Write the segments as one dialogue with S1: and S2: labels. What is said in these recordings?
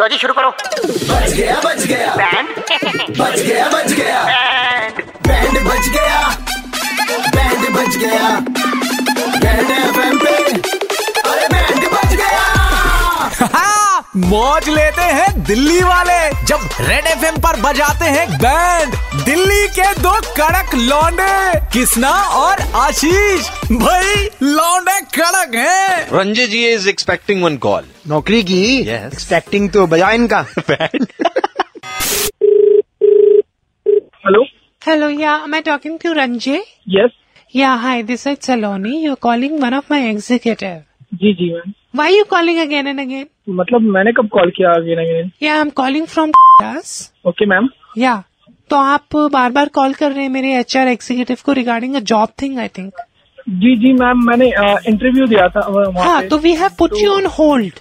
S1: लो जी शुरू करो
S2: बच गया बच गया
S1: बैंड
S2: बच गया बच गया बैंड बच गया बैंड बच गया बैंड एफएम पे अरे बैंड बच गया
S3: हाँ, मौज लेते हैं दिल्ली वाले जब रेड एफ पर बजाते हैं बैंड दिल्ली के दो कड़क लौंडे किसना और आशीष भाई लौंडे कड़क हैं
S4: Ranjit ji is expecting one call.
S5: नौकरी की
S4: Yes.
S5: एक्सपेक्टिंग तो बजाय इनका
S6: Hello?
S7: Hello, yeah, am I talking to Ranjay?
S6: Yes.
S7: Yeah, hi, this is Saloni. You're calling one of my executive.
S6: जी जी ma'am
S7: Why are you calling again and again?
S6: मतलब मैंने कब कॉल किया again again
S7: Yeah, I'm calling from us.
S6: Okay ma'am
S7: Yeah. तो आप बार बार कॉल कर रहे हैं मेरे एच आर एग्जीक्यूटिव को regarding a job thing I think
S6: जी जी मैम मैंने इंटरव्यू दिया था वह- वहाँ
S7: हाँ
S6: पे।
S7: तो we have put you on hold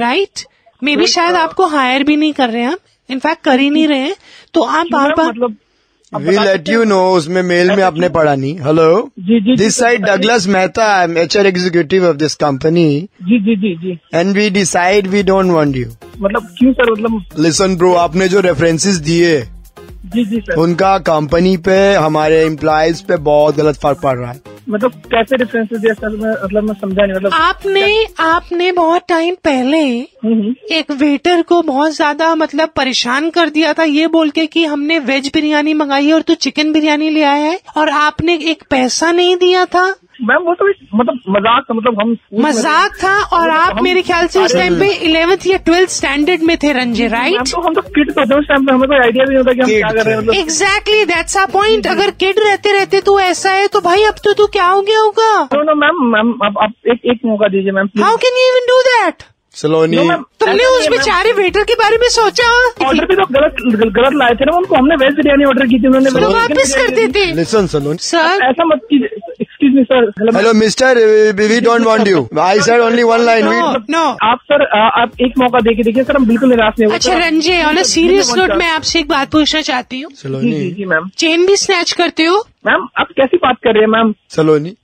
S7: right मे
S6: तो,
S7: बी शायद आपको हायर भी नहीं कर रहे हैं हम इनफैक्ट कर ही नहीं रहे हैं तो आप
S6: मैम,
S7: बार बार
S6: मतलब आप
S5: वी
S6: बता
S5: लेट
S6: सकते
S5: यू
S6: हैं?
S5: नो उसमें मेल में आपने पढ़ा नहीं हेलो
S6: जी, जी, तो
S5: दिस
S6: जी,
S5: साइड
S6: बताइए।
S5: Douglas Mehta I am H R executive of this company
S6: जी जी जी जी
S5: and we decide we don't want you
S6: मतलब क्यों सर मतलब
S5: लिसन ब्रो आपने जो रेफरेंसेस दिए
S6: जी जी सर
S5: उनका कंपनी पे हमारे एम्प्लॉयज पे बहुत गलत फर्क पड़ रहा है
S6: मतलब कैसे डिफरेंसेस दिया सर मैं मतलब मैं समझा नहीं मतलब
S7: आपने आपने बहुत टाइम पहले
S6: हम्म, हम्म।
S7: एक वेटर को बहुत ज्यादा मतलब परेशान कर दिया था ये बोल के कि हमने वेज बिरयानी मंगाई है और तू चिकन बिरयानी ले आया है और आपने एक पैसा नहीं दिया था
S6: मैम वो तो एक- मतलब मजाक था मतलब हम स्कूल में-
S7: मजाक था और आप
S6: मतलब हम-
S7: मेरे ख्याल से उस
S6: अरे,
S7: टाइम पे इलेवेंथ या ट्वेल्थ स्टैंडर्ड में थे रंजे
S6: मैम
S7: राइट
S6: तो हम तो किड होते हैं उस टाइम पे हमें कोई आइडिया भी नहीं होता कि हम
S5: Kid
S6: क्या कर रहे हैं
S5: थे।
S6: मतलब
S7: एग्जैक्टली दैट्स अ पॉइंट अगर किड रहते रहते तू ऐसा है तो भाई अब तो तू क्या हो गया होगा
S6: नो नो मैम मैम आप आप एक एक मौका दीजिए ma'am
S7: how
S6: please
S7: can you even do that
S5: Saloni
S7: तुमने उस बेचारे वेटर के बारे में सोचा
S6: ऑर्डर भी तो गलत गलत लाए थे ना उनको हमने वेज बिरयानी ऑर्डर की थी उन्होंने
S7: तो
S6: वेज
S7: वापस कर
S6: बिरयानी दी।
S7: देते
S5: लिसन सलोनी
S7: सर
S6: ऐसा मत कीजिए excuse me sir
S5: hello mister we don't want you I said only one line
S7: no no
S6: आप सर आ, आप एक मौका देके देखिए सर हम बिल्कुल निराश नहीं हुए
S7: अच्छा
S6: सर,
S7: रंजय
S6: आप-
S7: ऑन अ
S6: जी,
S7: सीरियस
S6: जी,
S7: नोट
S6: जी,
S7: मैं आपसे एक बात पूछना चाहती हूँ
S6: जी जी
S5: सलोनी
S6: जी मैम
S7: चेन भी स्नैच करते हो
S6: मैम आप कैसी बात कर रहे हैं मैम
S5: सलोनी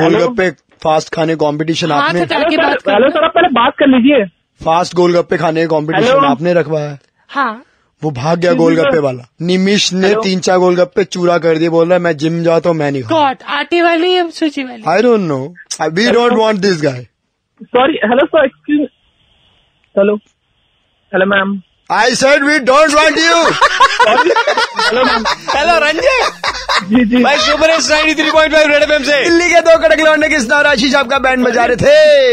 S5: गोलगप्पे फास्ट खाने कंपटीशन
S6: हाँ,
S7: हाथ
S5: आपने
S7: हटा के
S6: हेलो
S7: बात
S6: सर
S7: करो
S6: हेलो सर आप पहले बात कर लीजिए
S5: फास्ट गोलगप्पे खाने का कंपटीशन
S6: Hello?
S5: आपने रखवाया
S7: हाँ
S5: वो भाग गया गोलगप्पे वाला निमिष ने तीन चार गोलगप्पे चूरा कर दिए बोल रहा है मैं जिम जाता हूँ मैं नहीं खाता
S7: गॉड आटे वाली या सूजी वाली
S5: I don't know we don't want this guy
S6: sorry hello sir excuse hello hello ma'am
S5: I said we don't want you
S6: hello ma'am
S4: Hello, Ranjit.
S6: जी जी
S4: भाई सुपर हिट्स 93.5 रेड एफएम से
S5: दिल्ली के दो कड़क लौंडे किसना और आशीष आपका बैंड बजा रहे थे